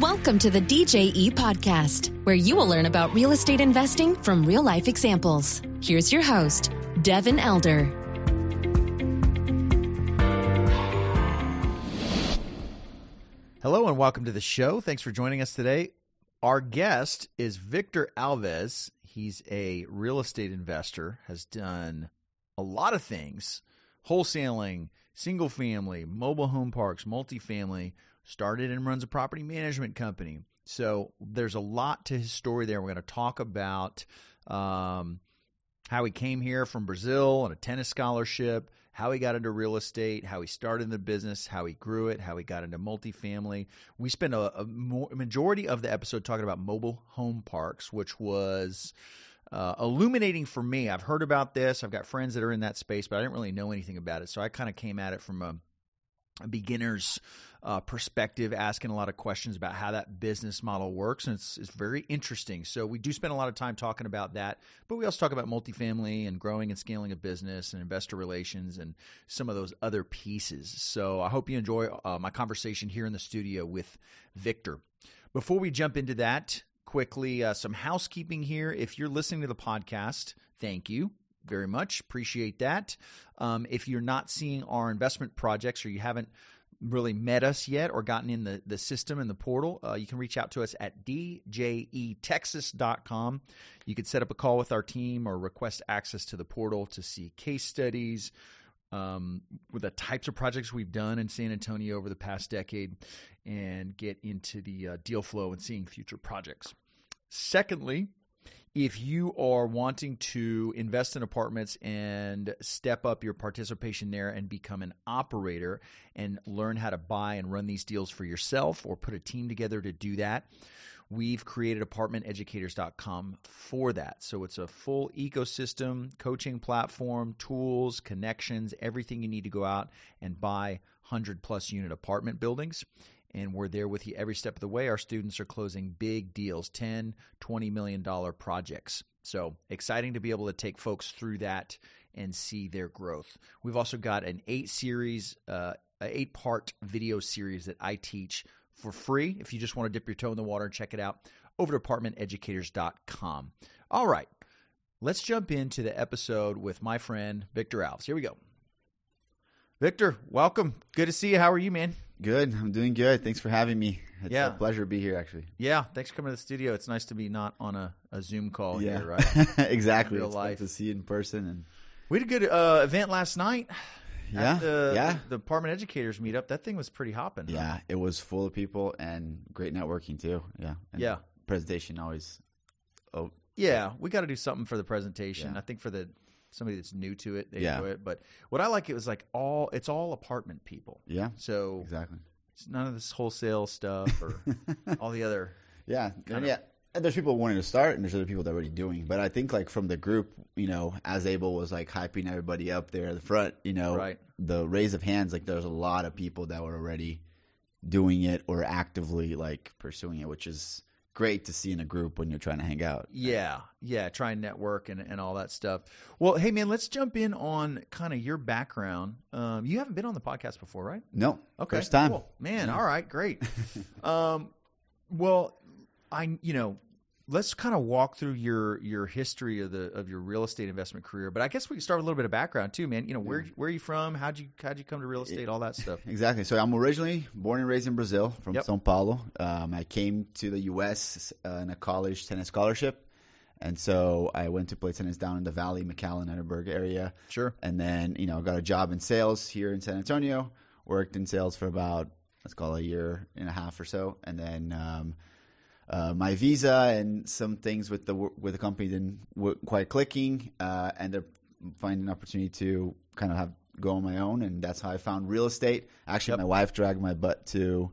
Welcome to the DJE podcast, where you will learn about real estate investing from real life examples. Here's your host, Devin Elder. Hello and welcome to the show. Thanks for joining us today. Our guest is Victor Alves. He's a real estate investor, has done a lot of things wholesaling, single family, mobile home parks, multifamily, started and runs a property management company. So there's a lot to his story there. We're going to talk about um, how he came here from Brazil on a tennis scholarship, how he got into real estate, how he started in the business, how he grew it, how he got into multifamily. We spent a, a mo- majority of the episode talking about mobile home parks, which was uh, illuminating for me. I've heard about this. I've got friends that are in that space, but I didn't really know anything about it. So I kind of came at it from a, a beginner's uh, perspective, asking a lot of questions about how that business model works, and it's it's very interesting. So we do spend a lot of time talking about that, but we also talk about multifamily and growing and scaling a business and investor relations and some of those other pieces. So I hope you enjoy uh, my conversation here in the studio with Victor. Before we jump into that, quickly uh, some housekeeping here. If you're listening to the podcast, thank you very much. Appreciate that. Um, if you're not seeing our investment projects or you haven't really met us yet or gotten in the, the system and the portal, uh, you can reach out to us at E djetexas.com. You could set up a call with our team or request access to the portal to see case studies. Um, with the types of projects we've done in San Antonio over the past decade, and get into the uh, deal flow and seeing future projects. Secondly, if you are wanting to invest in apartments and step up your participation there and become an operator and learn how to buy and run these deals for yourself or put a team together to do that, we've created apartmenteducators.com for that. So it's a full ecosystem, coaching platform, tools, connections, everything you need to go out and buy 100 plus unit apartment buildings and we're there with you every step of the way. Our students are closing big deals, 10, 20 million dollar projects. So, exciting to be able to take folks through that and see their growth. We've also got an 8 series uh, 8 part video series that I teach for free if you just want to dip your toe in the water and check it out over to apartmenteducators.com. All right. Let's jump into the episode with my friend Victor Alves. Here we go. Victor, welcome. Good to see you. How are you, man? Good. I'm doing good. Thanks for having me. It's Yeah. a pleasure to be here, actually. Yeah, thanks for coming to the studio. It's nice to be not on a, a Zoom call here, Oh, right? exactly. Real it's life. life. to see you in person. And We had a good uh, event last night. yeah, at the, yeah, The apartment educators meetup. That thing was pretty hopping. huh? yeah. It was full of people and great networking too. Yeah, and Yeah. Presentation always. Oh, Yeah, we got to do something for the presentation. Yeah. I think for the somebody that's new to it, they Yeah. do it. But what I like, it was like all it's all apartment people. yeah. So Exactly. it's none of this wholesale stuff or all the other. Yeah, kind and of- yeah. And there's people wanting to start, and there's other people that are already doing. But I think like from the group, you know, as Abel was like hyping everybody up there at the front, you know, Right. the raise of hands, like there's a lot of people that were already doing it or actively like pursuing it, which is great to see in a group when you're trying to hang out. Yeah, yeah. Try and network and, and all that stuff. Well, hey man, let's jump in on kind of your background. Um, you haven't been on the podcast before, right? No, Okay. first time. Cool. Man, Yeah. all right, great. um, well, I you know, let's kind of walk through your your history of the of your real estate investment career, but I guess we can start with a little bit of background too, man. You know, where where are you from? How'd you how'd you come to real estate? All that stuff. Exactly. So I'm originally born and raised in Brazil from Yep. Sao Paulo. Um, I came to the U.S. Uh, in a college tennis scholarship. And so I went to play tennis down in the Valley, McAllen, Edinburgh area. Sure. And then, you know, got a job in sales here in San Antonio, worked in sales for about, let's call it a year and a half or so. And then, um, uh, my visa and some things with the wo- with the company didn't w- quite clicking. Uh, ended up finding an opportunity to kind of have go on my own, and that's how I found real estate. Actually, my wife dragged my butt to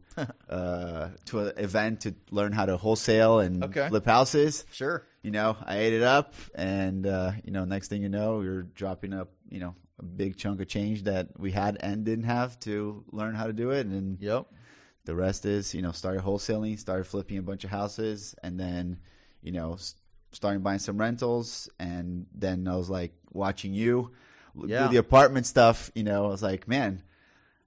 uh, to an event to learn how to wholesale and Okay. flip houses. Sure. You know, I ate it up, and uh, you know, next thing you know, you're dropping up, you know, a big chunk of change that we had and didn't have to learn how to do it, and Yep. the rest is you know started wholesaling started flipping a bunch of houses and then you know s- starting buying some rentals and then i was like watching you l- Yeah. do the apartment stuff you know i was like man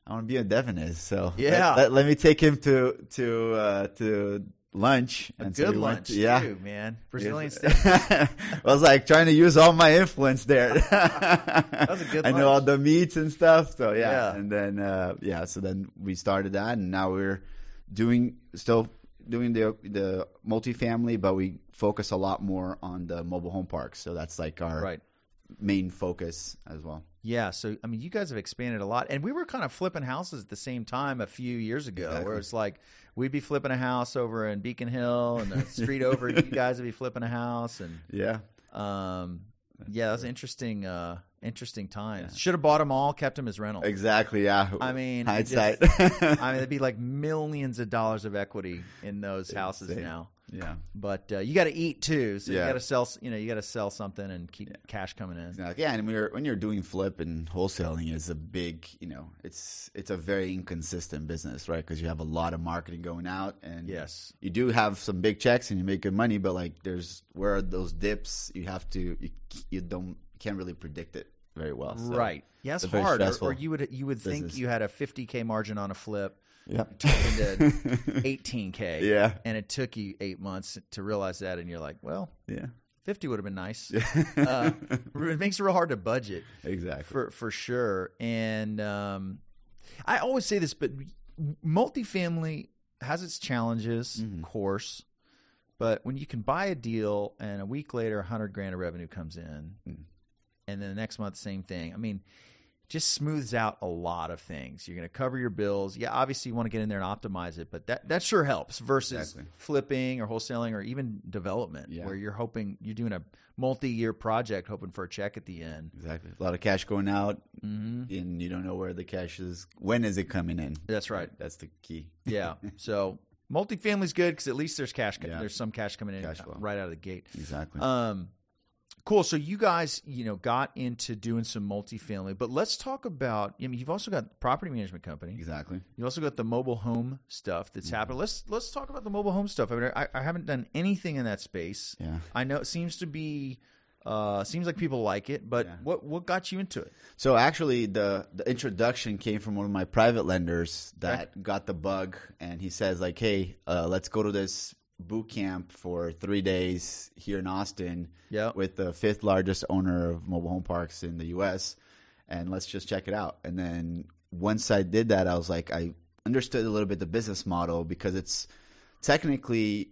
I want to be a Devin is. So let- Yeah. let, let me take him to to uh, to lunch A so good we went lunch, to- yeah. too, man. Brazilian steak. I was like trying to use all my influence there. that was a good I know all lunch. the meats and stuff. So yeah, Yeah. and then uh, yeah, so then we started that, and now we're doing still doing the the multifamily, but we focus a lot more on the mobile home parks. So that's like our Right. main focus as well. Yeah, so I mean, you guys have expanded a lot, and we were kind of flipping houses at the same time a few years ago, where Exactly. it's like we'd be flipping a house over in Beacon Hill, and the street over, you guys would be flipping a house, and Yeah, um, yeah, that was interesting, uh, interesting times. Should have bought them all, kept them as rental. exactly. Yeah, I mean, it just- hindsight. I mean, there'd be like millions of dollars of equity in those houses Insane. now. yeah. But uh, you got to eat too, so you Yeah. got to sell. s- You know, you got to sell something and keep cash coming in. You know, like, yeah, and when you're when you're doing flip and wholesaling is a big, you know, it's it's a very inconsistent business, right? Because you have a lot of marketing going out, and Yes. you do have some big checks and you make good money, but like, there's where are those dips? You have to you, you don't you can't really predict it very well, so- Right. Yes, it's a very hard. Or, stressful or you would you would think business. you had a 50k margin on a flip, Yeah, turned into 18k. Yeah. And it took you eight months to realize that, and you're like, well, yeah, 50 would have been nice. uh, it makes it real hard to budget exactly. for for sure. And um, I always say this, but multifamily has its challenges, Mm-hmm. of course. But when you can buy a deal and a week later, a hundred grand of revenue comes in, Mm. and then the next month, same thing. I mean, just smooths out a lot of things. You're going to cover your bills. Yeah, obviously you want to get in there and optimize it, but that that sure helps versus Exactly. flipping or wholesaling or even development, Yeah. where you're hoping you're doing a multi-year project, hoping for a check at the end. Exactly. A lot of cash going out, Mm-hmm. and you don't know where the cash is. When is it coming in? That's right. That's the key. Yeah. So multifamily's good because at least there's cash. Yeah. There's some cash coming in Cash flow. right out of the gate. Exactly. Um, cool. So you guys, you know, got into doing some multifamily, but let's talk about. I mean, you've also got property management company. exactly. You also got the mobile home stuff that's Mm-hmm. happening. Let's let's talk about the mobile home stuff. I mean, I, I haven't done anything in that space. Yeah. I know it seems to be. Uh, seems like people like it, but Yeah. what what got you into it? So actually, the the introduction came from one of my private lenders that got the bug, and he says like, "Hey, uh, let's go to this boot camp for three days here in Austin Yeah. with the fifth largest owner of mobile home parks in the U.S. and let's just check it out." And then once I did that, I was like, I understood a little bit the business model because it's technically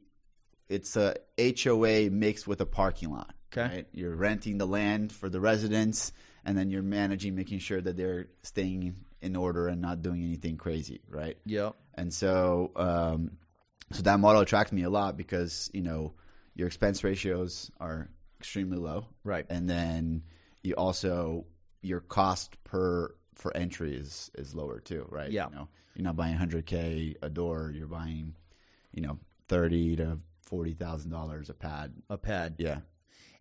it's a HOA mixed with a parking lot. Okay. right? You're renting the land for the residents, and then you're managing, making sure that they're staying in order and not doing anything crazy, right? Yeah. And so, um, so that model attracted me a lot because you know your expense ratios are extremely low, Right. And then you also your cost per for entry is is lower too, right? Yeah. You know, you're not buying 100k a door; you're buying, you know, thirty to forty thousand dollars a pad. A pad. Yeah.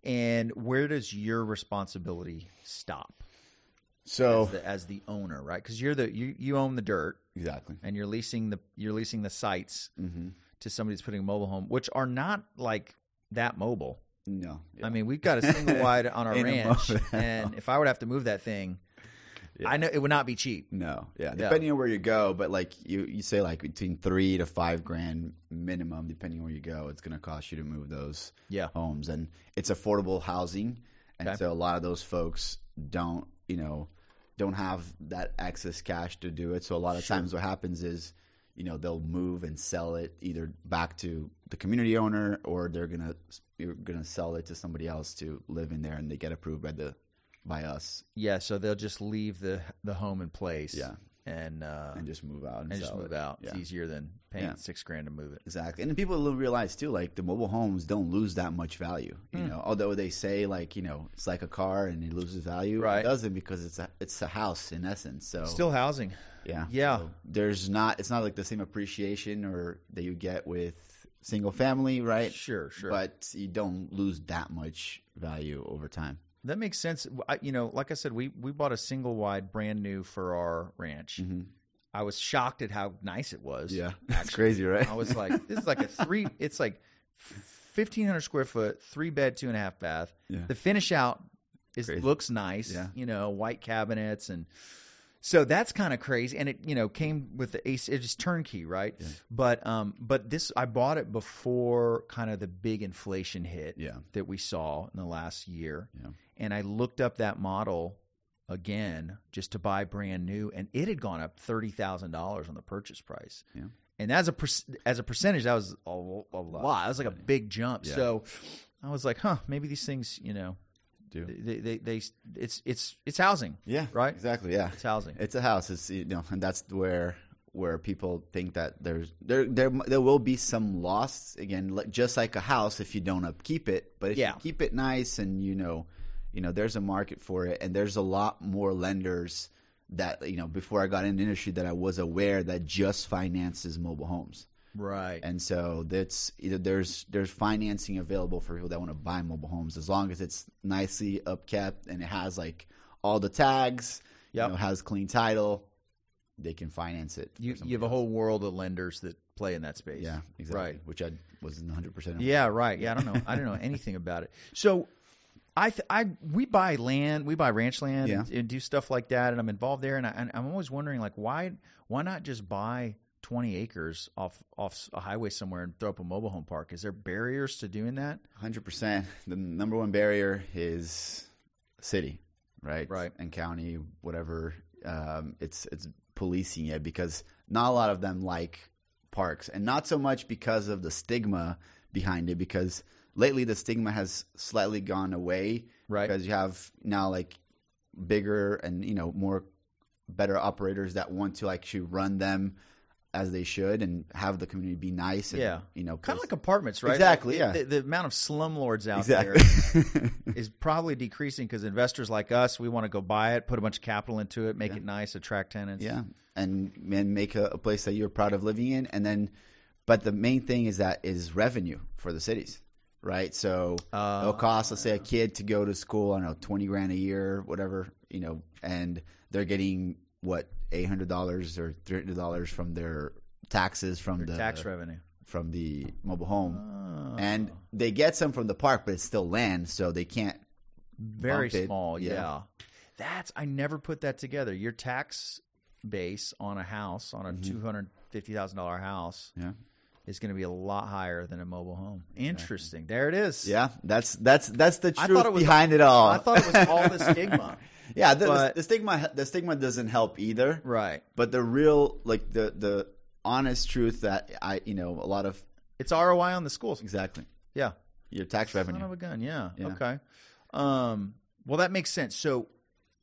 And where does your responsibility stop? So as the, as the owner, right? Because you're the you, you own the dirt exactly. and you're leasing the you're leasing the sites Mm-hmm. to somebody that's putting a mobile home, which are not like that mobile. No. I mean, we've got a single wide on our Ain't a ranch, mobile at and if I would have to move that thing, Yeah. I know it would not be cheap. No, yeah, depending on where you go, but like you, you say like between three to five grand minimum, depending on where you go, it's going to cost you to move those Yeah. homes, and it's affordable housing, and Okay. so a lot of those folks don't, you know, don't have that excess cash to do it. So a lot of times, what happens is, you know, they'll move and sell it either back to the community owner, or they're gonna you're gonna sell it to somebody else to live in there, and they get approved by the by us Yeah, so they'll just leave the the home in place. Yeah. and uh, and just move out and, and just sell move it. out. Yeah. It's easier than paying Yeah. six grand to move it. Exactly. And people don't realize too, like the mobile homes don't lose that much value. You Hmm. know, although they say like, you know, it's like a car and it loses value. Right. It doesn't because it's a it's a house in essence. So Still housing. yeah. Yeah. So there's not it's not like the same appreciation or that you get with single family, right? Sure, sure. But you don't lose that much value over time. That makes sense. I, you know, like I said, we we bought a single wide, brand new for our ranch. Mm-hmm. I was shocked at how nice it was. That's crazy, right? I was like, this is like a three. It's like fifteen hundred square foot, three bed, two and a half bath. Yeah. The finish out is Crazy. looks nice. Yeah. You know, white cabinets and So that's kind of crazy, and it you know came with the ace. It is turnkey, right? But um, but this I bought it before kind of the big inflation hit Yeah. that we saw in the last year, Yeah. and I looked up that model again just to buy brand new, and it had gone up thirty thousand dollars on the purchase price. Yeah. And as a per- as a percentage, that was a, lo- a lot. That was like a big jump. Yeah. So I was like, huh, maybe these things, you know, Do. they, they, they it's it's it's housing. Yeah. Right? Exactly. Yeah. It's housing. It's a house. It's you know, and that's where where people think that there's there there there will be some loss again, li- just like a house if you don't upkeep it. But if Yeah. you keep it nice and you know, you know, there's a market for it, and there's a lot more lenders that you know before I got in the industry that I was aware that just finances mobile homes. right. And so that's either there's there's financing available for people that want to buy mobile homes as long as it's nicely upkept and it has like all the tags, Yep. you know, has clean title, they can finance it. for you somebody you have a else. whole world of lenders that play in that space. yeah, exactly. Right. Which I wasn't 100. percent Yeah, right. Yeah, I don't know. I don't know anything about it. So, I th- I we buy land, we buy ranch land, Yeah. and, and do stuff like that, and I'm involved there. And, I, and I'm always wondering, like, why why not just buy 20 acres off off a highway somewhere and throw up a mobile home park? Is there barriers to doing that? 100. percent The number one barrier is city, right? Right. And county, whatever. Um, it's it's policing it because not a lot of them like parks, and not so much because of the stigma behind it. Because lately, the stigma has slightly gone away, Right. Because you have now like bigger and you know more better operators that want to actually run them as they should and have the community be nice. And, Yeah. you know, Kind place- of like apartments, right? Exactly, Like, yeah. The, the amount of slumlords out there exactly. is probably decreasing because investors like us, we want to go buy it, put a bunch of capital into it, make Yeah. it nice, attract tenants. Yeah, and and make a, a place that you're proud of living in, and then, but the main thing is that is revenue for the cities, right? So Uh, it'll cost, let's say, a kid to go to school, I don't know, twenty grand a year, whatever, you know, and they're getting what eight hundred dollars or three hundred dollars from their taxes from Your the tax revenue. from the mobile home, Oh, and they get some from the park, but it's still land, so they can't. very bump it, small. Yeah. yeah. That's I never put that together. Your tax base on a house, Mm-hmm. on a hundred fifty thousand dollar house, Yeah. is going to be a lot higher than a mobile home. Interesting. There it is. Yeah, that's that's that's the I truth thought it was- behind it all. I thought it was all the stigma. Yeah, the, But- the stigma the stigma doesn't help either. Right. But the real like the the honest truth that I you know a lot of It's ROI on the schools. exactly Yeah. your tax Son of revenue. a gun. Yeah. Yeah. Okay. Um, well, that makes sense. So,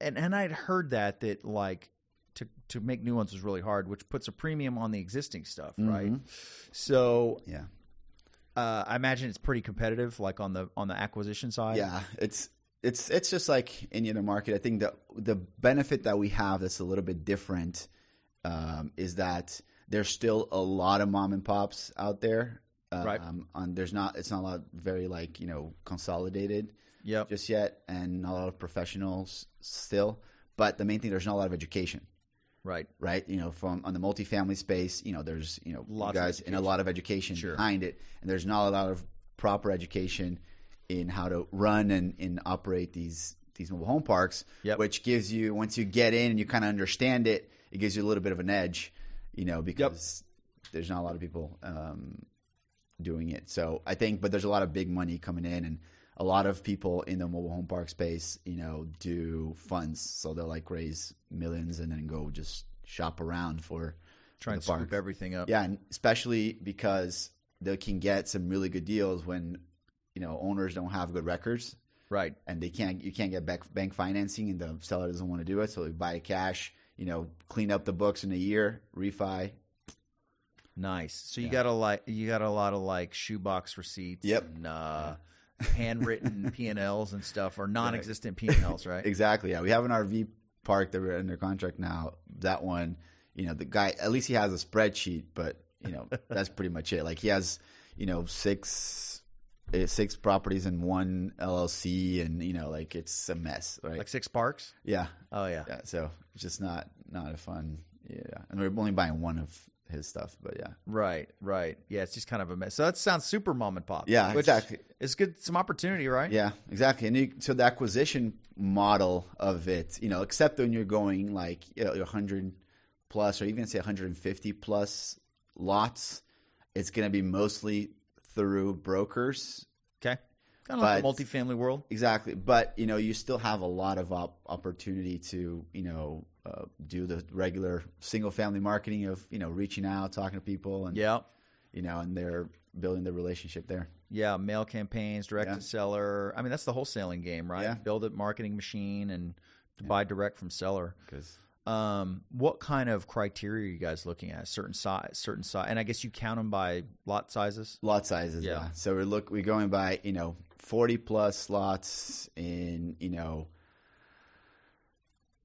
and and I'd heard that that like to to make new ones is really hard, which puts a premium on the existing stuff, right? Mm-hmm. So Yeah, uh, I imagine it's pretty competitive, like on the on the acquisition side. yeah. It's it's it's just like any other market. I think the the benefit that we have that's a little bit different um, is that there's still a lot of mom and pops out there. Um, Right. On there's not it's not a lot very like you know consolidated. Yep. just yet, and not a lot of professionals still. But the main thing, there's not a lot of education, right. right? You know, from on the multifamily space, you know, there's you know Lots Lots of guys and a lot of education Sure. behind it, and there's not a lot of proper education in how to run and, and operate these these mobile home parks, Yep. which gives you once you get in and you kind of understand it, it gives you a little bit of an edge, you know, because there's not a lot of people um, doing it. So I think, but there's a lot of big money coming in, and a lot of people in the mobile home park space, you know, do funds. So they'll like raise millions and then go just shop around for Trying the to scoop parks. everything up. Yeah, and especially because they can get some really good deals when you know owners don't have good records Right. and they can't you can't get back bank financing and the seller doesn't want to do it so they buy cash you know clean up the books in a year refi Nice. So you Yeah. got a like you got a lot of like shoebox receipts. Yep. And, uh, handwritten P and Ls and stuff, or non-existent P and Ls, right? exactly yeah we have an rv park that we're under contract now that one you know the guy at least he has a spreadsheet but you know that's pretty much it like he has you know six eh, six properties and one llc and you know like it's a mess right Like six parks. yeah Oh yeah. yeah so it's just not not a fun yeah and we're only buying one of his stuff. But yeah, Right, right. Yeah, it's just kind of a mess. So that sounds super mom and pop. Yeah, which exactly. It's good, some opportunity, right? yeah, exactly. And you, so the acquisition model of it, you know, except when you're going like you know, 100 plus or even say 150 plus lots, it's going to be mostly through brokers Okay. Kind of like the But- multifamily world. Exactly, but you know you still have a lot of op- opportunity to you know uh, do the regular single family marketing of you know reaching out, talking to people, and Yeah. you know, and they're building the relationship there. Yeah, mail campaigns, direct Yeah. to seller. I mean, that's the wholesaling game, right? Yeah. Build a marketing machine and to buy direct from seller. Because Um, what kind of criteria are you guys looking at? Certain size, certain size, and I guess you count them by lot sizes. lot sizes, Yeah. yeah. So we look, we're going by you know forty plus lots in you know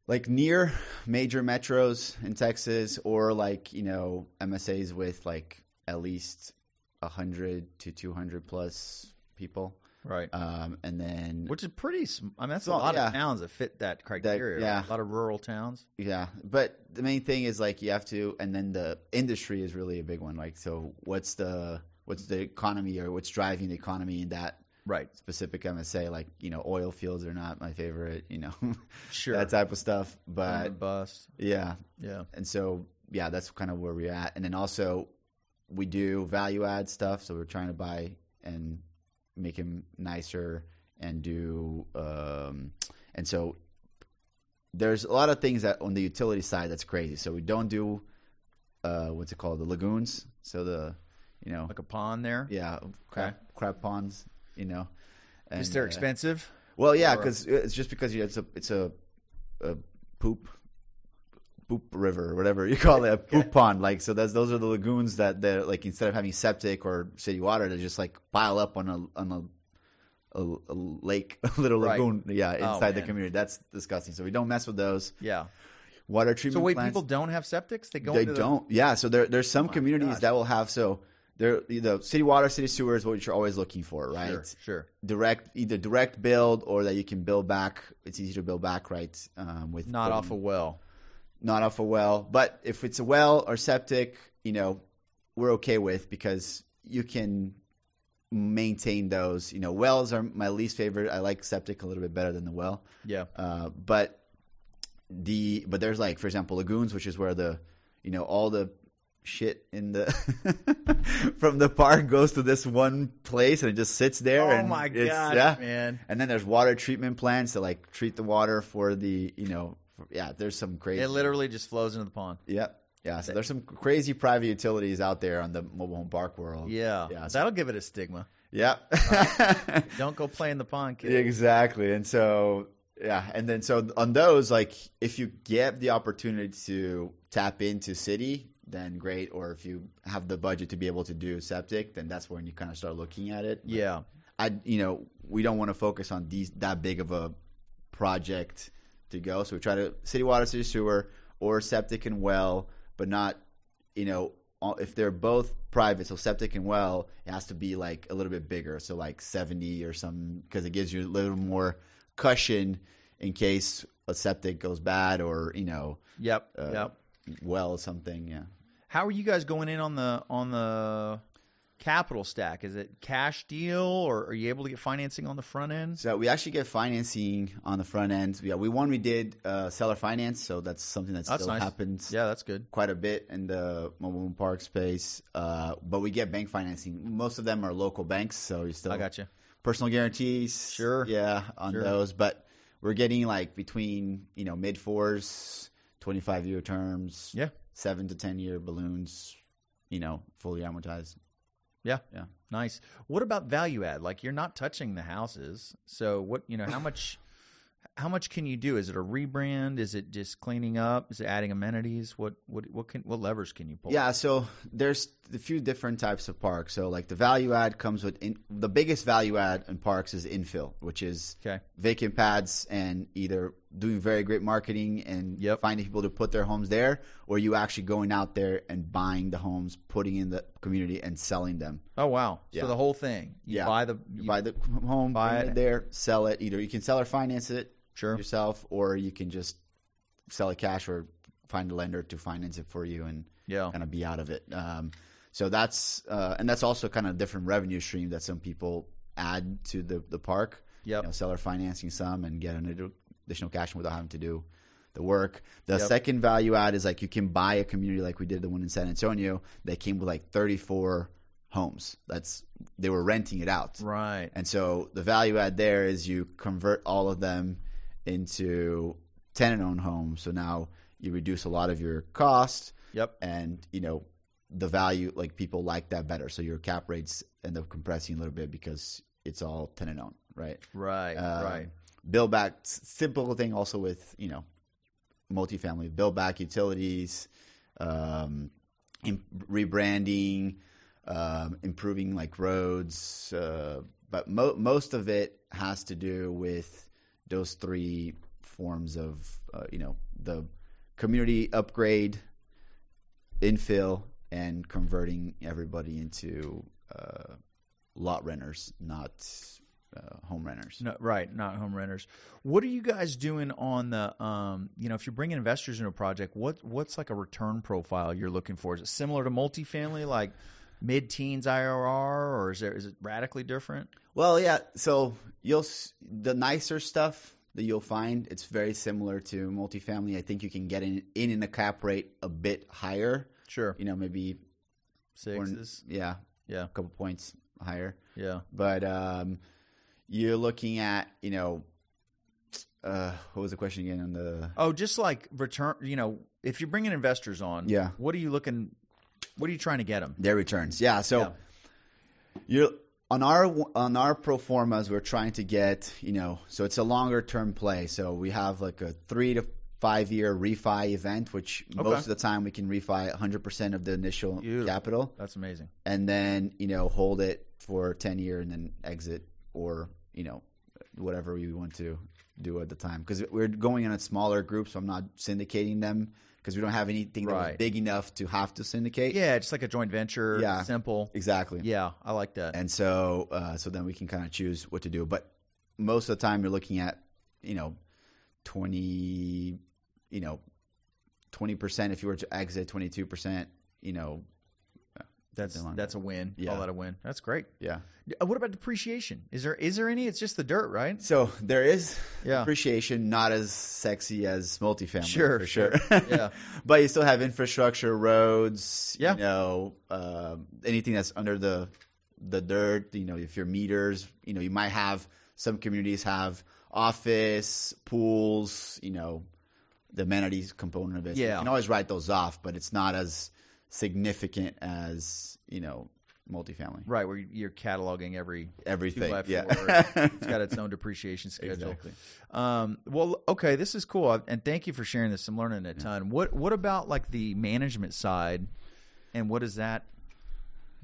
like near major metros in Texas, or like you know MSAs with like at least hundred to two hundred plus people. Right. um, and then Which is pretty. Sm- I mean, that's a Well, lot yeah. of towns that fit that criteria. yeah. right? A lot of rural towns. yeah but the main thing is like you have to and then the industry is really a big one like so what's the what's the economy or what's driving the economy in that Right. specific msa like you know oil fields are not my favorite you know Sure. that type of stuff Boom but and bust. yeah Yeah. and so yeah that's kind of where we're at and then also we do value add stuff so we're trying to buy and make him nicer and do um and so there's a lot of things that on the utility side that's crazy so we don't do uh what's it called the lagoons so the you know Like a pond there. yeah crab, crab ponds you know and, Is they're uh, expensive? well, yeah, Or- because it's just because you, it's a it's a, a poop poop river or whatever you call it, a poop pond. Like so, that's those are the lagoons that they're like instead of having septic or city water, they just like pile up on a on a. A, a lake, a little Right. lagoon, yeah, Oh, inside the man. community. That's disgusting. So we don't mess with those Yeah. water treatment. So wait, plants people don't have septics? They go they into the- Oh don't. Yeah, so there, there's some my communities gosh. that will have so there the city water, city sewer is what you're always looking for, right? Sure, sure. direct either direct build or that you can build back. It's easy to build back, right? Um, with Not building- off a well. not off a well, but if it's a well or septic, you know, we're okay with because you can maintain those. You know, wells are my least favorite. I like septic a little bit better than the well, Yeah. uh, but the but there's like for example lagoons, which is where the you know all the shit in the from the park goes to this one place and it just sits there. Oh and my it's- god, yeah. man. And then there's water treatment plants that like treat the water for the, you know, for, yeah, there's some crazy. It literally just flows into the pond. Yep. Yeah. So there's some crazy private utilities out there on the mobile home park world. Yeah. Oh, Yeah. So, That'll give it a stigma. yep. Don't go play in the pond, kid. exactly. And so, yeah. And then so on those, like if you get the opportunity to tap into city, then great. Or if you have the budget to be able to do septic, then that's when you kind of start looking at it. But Yeah. I you know we don't want to focus on these that big of a project to go. So we try to city water, city sewer, or septic and well, but not you know all- if they're both private. So septic and well, it has to be like a little bit bigger. So like seventy or something because it gives you a little more cushion in case a septic goes bad or you know Yep. uh, yep. well something. Yeah. How are you guys going in on the on the capital stack? Is it cash deal or are you able to get financing on the front end? So we actually get financing on the front end. Yeah, we one we did uh, seller finance, so that's something that That's still nice. happens Yeah, that's good. quite a bit in the mobile home park space. Uh, but we get bank financing. Most of them are local banks, so you still I got you. personal guarantees. Sure. yeah, on Sure. those. But we're getting like between you know mid fours, twenty five year terms, Yeah. seven to ten year balloons, you know, fully amortized. Yeah. Yeah. Nice. What about value add? Like you're not touching the houses. So what, you know, how much how much can you do? Is it a rebrand? Is it just cleaning up? Is it adding amenities? What what what can what levers can you pull? Yeah, so there's a few different types of parks. So like the value add comes with in, the biggest value add in parks is infill, which is Okay. vacant pads and either doing very great marketing and Yep. finding people to put their homes there, or you actually going out there and buying the homes, putting in the community and selling them. Oh wow. Yeah. So the whole thing. You Yeah. buy the You buy the home, buy buy it, it. there, sell it. Either you can sell or finance it Sure. yourself, or you can just sell it cash or find a lender to finance it for you and Yeah. kind of be out of it. Um, so that's uh, and that's also kind of a different revenue stream that some people add to the the park. Yep. You know, seller financing some and get an addi- additional cash without having to do the work. The Yep. second value add is like you can buy a community like we did the one in San Antonio that came with like 34 homes. That's they were renting it out. Right. And so the value add there is you convert all of them into tenant owned homes. So now you reduce a lot of your cost Yep. and, you know, the value like people like that better. So your cap rates end up compressing a little bit because it's all tenant owned, right? Right. Um, right. Bill back s- simple thing also with, you know, multifamily, bill back utilities, um, im rebranding, um, improving like roads, uh, but mo- most of it has to do with those three forms of uh, you know the community upgrade, infill, and converting everybody into uh, lot renters, not uh, home renters. No, right, not home renters. What are you guys doing on the um, you know, if you're bringing investors into a project, what what's like a return profile you're looking for? Is it similar to multifamily like mid-teens IRR or is there is it radically different? Well, yeah. So you'll s- the nicer stuff that you'll find. It's very similar to multifamily. I think you can get in in, in the cap rate a bit higher. Sure. You know, maybe or- Sixes. yeah, Yeah. a couple points higher. Yeah. But um, you're looking at you know, uh, what was the question again on the Oh, just like return, you know, if you're bringing investors on, Yeah. what are you looking what are you trying to get them? their returns? Yeah. So Yeah. you're on our on our pro formas we're trying to get you know so it's a longer term play so we have like a three to five year refi event which Okay. most of the time we can refi 100% of the initial Beautiful. capital That's amazing. and then you know hold it for 10 year and then exit or you know whatever we want to do at the time because we're going in a smaller group so i'm not syndicating them because we don't have anything that was Right. big enough to have to syndicate Yeah, just like a joint venture, Yeah. simple. exactly Yeah, I like that. and so uh, so then we can kind of choose what to do but most of the time you're looking at you know 20 you know 20% if you were to exit 22% you know That's something like that's a win. Yeah. All that a win. That's great. yeah Uh, What about depreciation? Is there is there any? It's just the dirt, right? so there is Yeah. appreciation not as sexy as multifamily Sure, for sure, sure. Yeah. but you still have infrastructure roads Yeah. you know um, anything that's under the the dirt you know if your meters you know you might have some communities have office pools you know the amenities component of it So Yeah. you can always write those off but it's not as significant as you know multifamily Right, where you- you're cataloging every two everything by yeah four. it's got its own depreciation schedule. Exactly. Um, well, okay, this is cool, uh, and thank you for sharing this. I'm learning a ton. What What about like the management side, and what is that?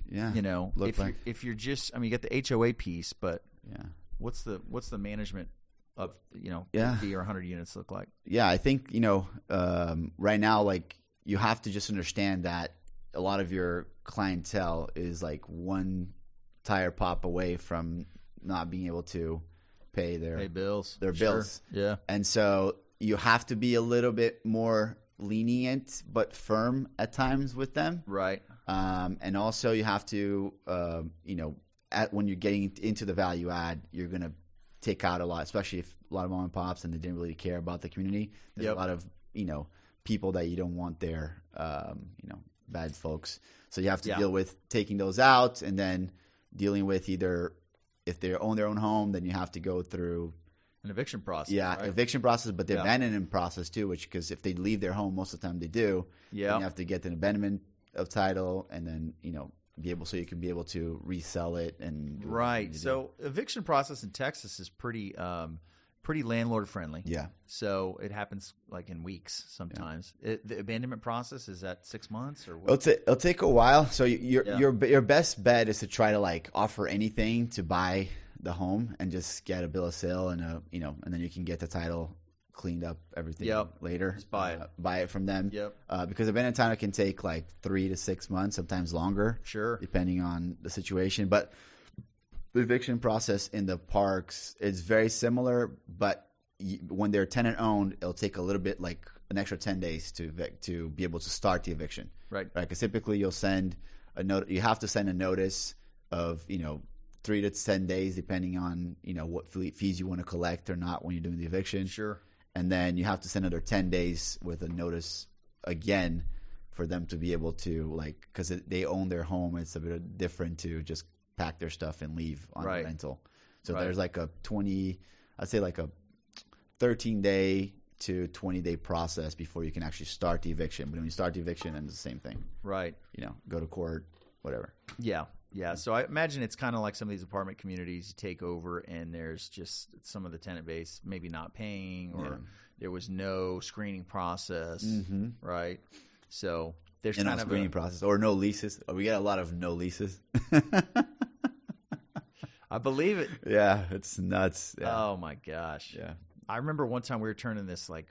yeah You know, Look if you're, like- if you're just, I mean, you got the HOA piece, but yeah what's the what's the management of you know Yeah. 50 or 100 units look like? yeah, I think you know um, right now, like you have to just understand that a lot of your clientele is like one tire pop away from not being able to pay their Hey, bills. Their Sure. bills. Yeah. and so you have to be a little bit more lenient but firm at times with them Right. um, and also you have to um, you know at, when you're getting into the value add you're going to take out a lot especially if a lot of mom and pops and they didn't really care about the community there's Yep. a lot of you know people that you don't want there um, you know bad folks so you have to Yeah. deal with taking those out and then dealing with either if they own their own home then you have to go through An eviction process. yeah right? eviction process but the Yeah. abandonment process too which because if they leave their home most of the time they do Yeah. and you have to get an abandonment of title and then you know be able so you can be able to resell it and do what you need Right. to do. So eviction process in Texas is pretty um, pretty landlord friendly. yeah So it happens like in weeks sometimes. It, the abandonment process is at six months or it'll, what? ta- it'll take a while so y- your Yeah. your your best bet is to try to like offer anything to buy the home and just get a bill of sale and a you know and then you can get the title cleaned up everything Yep. later Just buy it. Uh, buy it from them Yep. uh, because abandoned title can take like three to six months sometimes longer Sure. depending on the situation. But the eviction process in the parks is very similar, but y- when they're tenant owned, it'll take a little bit like an extra 10 days to evict, to be able to start the eviction Right. right because typically you'll send a note you have to send a notice of you know three to 10 days depending on you know what fle- fees you want to collect or not when you're doing the eviction Sure. and then you have to send another 10 days with a notice again for them to be able to like because they own their home it's a bit different to just pack their stuff and leave on Right. rental so Right. there's like a 20 i'd say like a 13 day to 20 day process before you can actually start the eviction but when you start the eviction then it's the same thing Right. you know go to court whatever Yeah. Yeah. So I imagine it's kind of like some of these apartment communities you take over, and there's just some of the tenant base maybe not paying, or Yeah. there was no screening process, Mm-hmm. right? So there's and kind on of screening a, process or no leases oh, we got a lot of no leases I believe it. yeah it's nuts yeah Oh my gosh. yeah I remember one time we were turning this like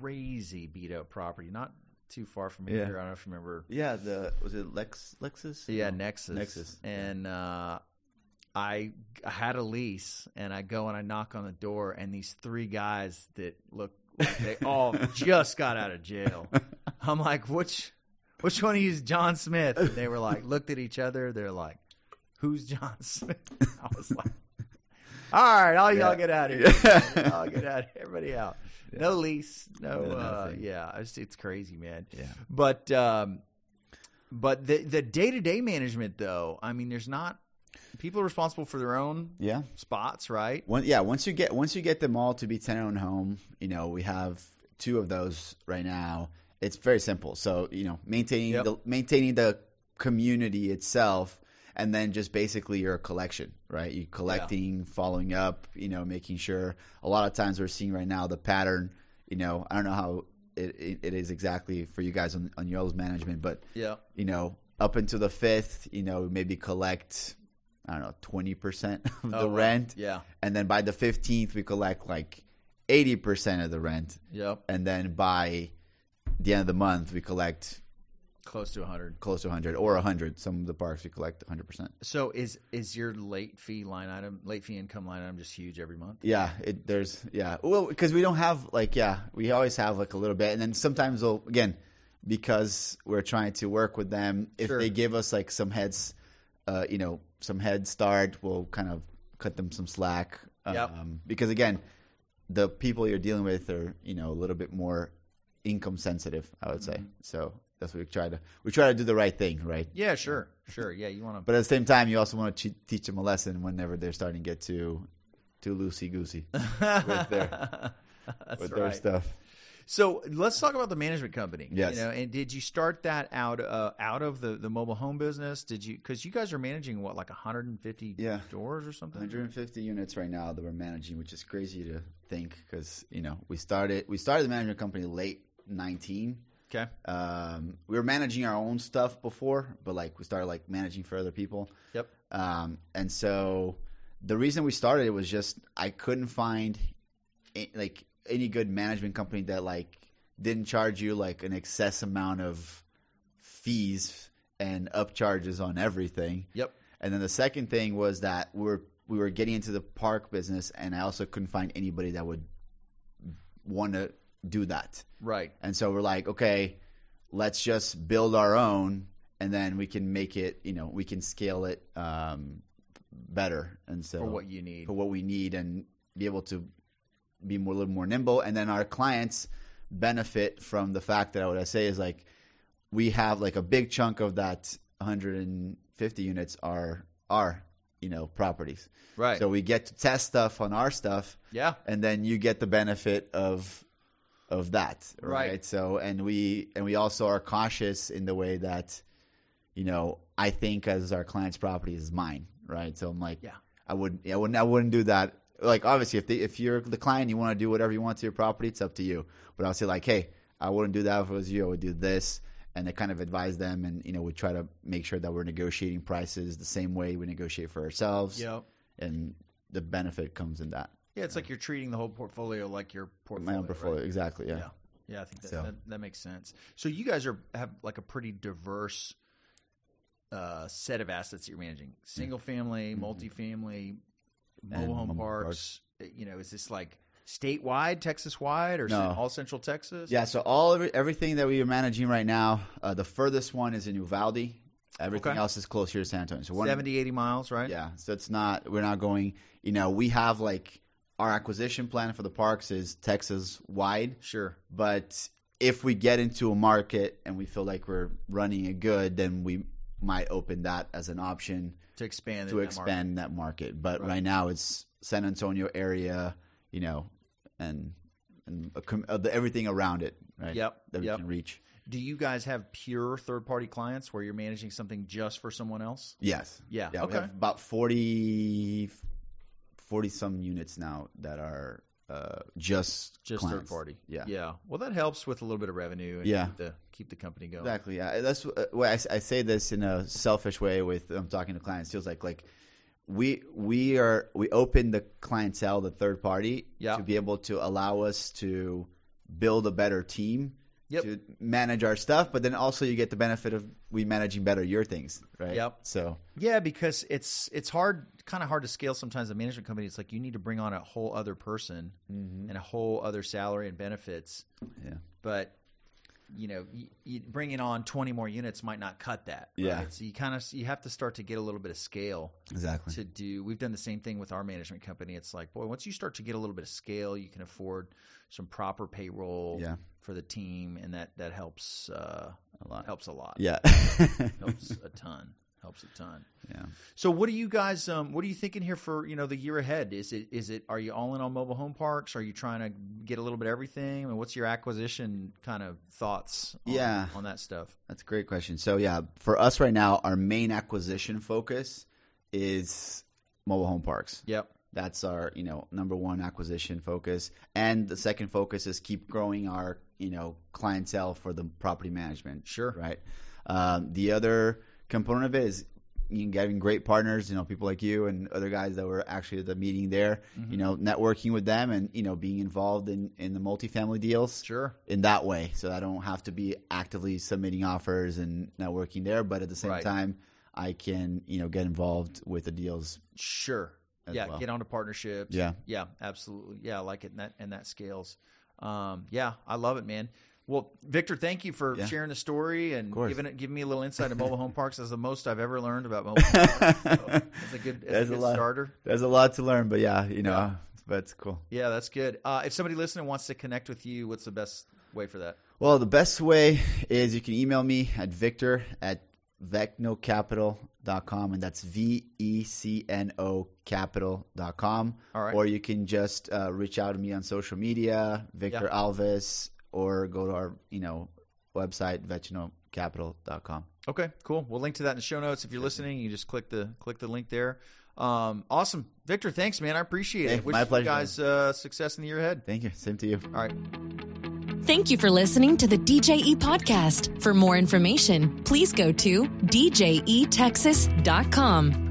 crazy beat up property, not too far from Yeah. here. I don't know if you remember. Yeah, the was it Lex Lexus? Yeah, No. Nexus. Nexus, yeah. And uh, I I had a lease, and I go and I knock on the door, and these three guys that look like they all just got out of jail. I'm like, which which one of you is John Smith? And they were like, looked at each other. They're like, who's John Smith? I was like, all right, all y'all Yeah. get out of here. Yeah. I'll get out. Everybody out. No lease. No. No, uh, nothing. yeah. It's, it's crazy, man. Yeah. But um, but the the day to day management, though. I mean, there's not people are responsible for their own Yeah. spots, right? One, yeah, once you get once you get them all to be tenant owned home, you know, we have two of those right now. It's very simple. So, you know, maintaining Yep. the maintaining the community itself and then just basically your collection, right? You collecting, following up, you know, making sure a lot of times we're seeing right now the pattern, you know, I don't know how it, it, it is exactly for you guys on, on y'all's management, but Yeah. you know, up until the fifth, you know, maybe collect, I don't know, 20% of the rent. Oh, Yeah. And then by the 15th, we collect like 80% of the rent. Yep. And then by the end of the month, we collect Close to 100. close to 100 or 100. Some of the parks, we collect 100%. So is is your late fee line item, late fee income line item, just huge every month? Yeah, it, there's yeah. Well, because we don't have like yeah, we always have like a little bit, and then sometimes we'll again because we're trying to work with them. If Sure. they give us like some heads, uh, you know, some head start, we'll kind of cut them some slack. Um, Yep. Because again, the people you're dealing with are you know a little bit more income sensitive, I would Mm-hmm. say. So that's what we try to we try to do the right thing, right? Yeah. Sure. Sure. Yeah. You want to. But at the same time, you also want to che- teach them a lesson whenever they're starting to get too too loosey goosey with their That's with their right. stuff. So let's talk about the management company. Yes. You know, and did you start that out uh, out of the, the mobile home business? Did you because you guys are managing what like 150 Yeah. doors or something? 150 units right now that we're managing, which is crazy to think because you know we started we started the management company late 19. Okay. Um, we were managing our own stuff before, but like we started like managing for other people. Yep. Um, and so the reason we started it was just I couldn't find a- like any good management company that like didn't charge you like an excess amount of fees and upcharges on everything. Yep. And then the second thing was that we were we were getting into the park business, and I also couldn't find anybody that would want to do that. Right. And so we're like, okay, let's just build our own, and then we can make it. You know, we can scale it um, better. And so For what you need. for what we need and be able to be more a little more nimble and then our clients benefit from the fact that what I say is like we have like a big chunk of that 150 units are are you know properties Right. so we get to test stuff on our stuff yeah. and then you get the benefit of of that Right. right? so and we and we also are cautious in the way that you know i think as our client's property is mine right so i'm like Yeah. i wouldn't i wouldn't i wouldn't do that like obviously if they, if you're the client you want to do whatever you want to your property it's up to you but i'll say like hey i wouldn't do that if it was you i would do this and I kind of advise them and you know we try to make sure that we're negotiating prices the same way we negotiate for ourselves Yep. and the benefit comes in that Yeah. It's like you're treating the whole portfolio like your portfolio. my own right? portfolio exactly yeah. Yeah. Yeah. I think that, So- that that makes sense. So you guys are have like a pretty diverse uh, set of assets that you're managing: Mm-hmm. single family, multifamily, mobile home mobile parks. You know, is this like statewide, Texas wide, or No. cen- all Central Texas? Yeah, so all of it- everything that we are managing right now, uh, the furthest one is in Uvalde. Everything Okay. else is close here to San Antonio. So one, 70, 80 miles, right? Yeah, so it's not we're not going. You know, we have like our acquisition plan for the parks is Texas wide, Sure. but if we get into a market and we feel like we're running it good, then we might open that as an option To expand. in to that market. expand that market. But Right. right. now it's San Antonio area, you know, and and a com- uh, the, everything around it, right? Yep, That yep. we can reach. Do you guys have pure third party clients where you're managing something just for someone else? Yes. Yeah. Yeah, okay. we have about 40, 40 some units now that are uh, just just clients. third party. Yeah. Yeah. Well, that helps with a little bit of revenue and Yeah. keep the keep the company going. Exactly. Yeah, that's uh, why I, s- I say this in a selfish way. With I'm talking to clients, feels like like we we are we open the clientele, the third party, Yeah. to be able to allow us to build a better team Yep. to manage our stuff. But then also you get the benefit of we managing better your things, right? Yep. So Yeah, because it's it's hard, kind of hard to scale sometimes. The management company, it's like you need to bring on a whole other person and a whole other salary and benefits. Yeah. But you know, y you, bringing on twenty more units might not cut that. Right? Yeah. So you kind of you have to start to get a little bit of scale exactly. to do. We've done the same thing with our management company. It's like, boy, once you start to get a little bit of scale, you can afford some proper payroll Yeah. for the team, and that that helps uh, A lot. helps a lot. Yeah. helps a ton. Helps a ton. yeah. So what are you guys um what are you thinking here for, you know, the year ahead? Is it is it are you all in on mobile home parks? Are you trying to get a little bit of everything? I mean, what's your acquisition kind of thoughts on, Yeah. on that stuff? That's a great question. So yeah, for us right now, our main acquisition focus is mobile home parks. Yep. That's our, you know, number one acquisition focus. And the second focus is keep growing our, you know, clientele for the property management. Sure. Right. Um, the other component of it is you know, getting great partners, you know, people like you and other guys that were actually at the meeting there, Mm-hmm. you know, networking with them and, you know, being involved in, in the multifamily deals Sure. in that way. So I don't have to be actively submitting offers and networking there, but at the same Right. time, I can, you know, get involved with the deals. Sure. As Yeah, well. get onto partnerships. Yeah. Yeah, absolutely. Yeah, I like it and that and that scales. Um yeah, I love it, man. Well, Victor, thank you for Yeah. sharing the story and course. giving it giving me a little insight into mobile home parks. That's the most I've ever learned about mobile home parks. So that's a good, that's There's a a good lot. starter. There's a lot to learn, but yeah, you know, Yeah. but it's cool. Yeah, that's good. Uh, if somebody listening wants to connect with you, what's the best way for that? Well, the best way is you can email me at victor at vecnocapital.com, and that's V E C N O capital.com. All right. Or you can just uh, reach out to me on social media, Victor Alves, or go to our, you know, website, vecnocapital.com. Okay, cool. We'll link to that in the show notes. If you're listening, you just click the click the link there. Um, awesome, Victor. Thanks, man. I appreciate Hey, it. Wish my pleasure, you guys uh, success in the year ahead. Thank you. Same to you. All right. Thank you for listening to the E DJE E podcast. For more information, please go to djetexas.com.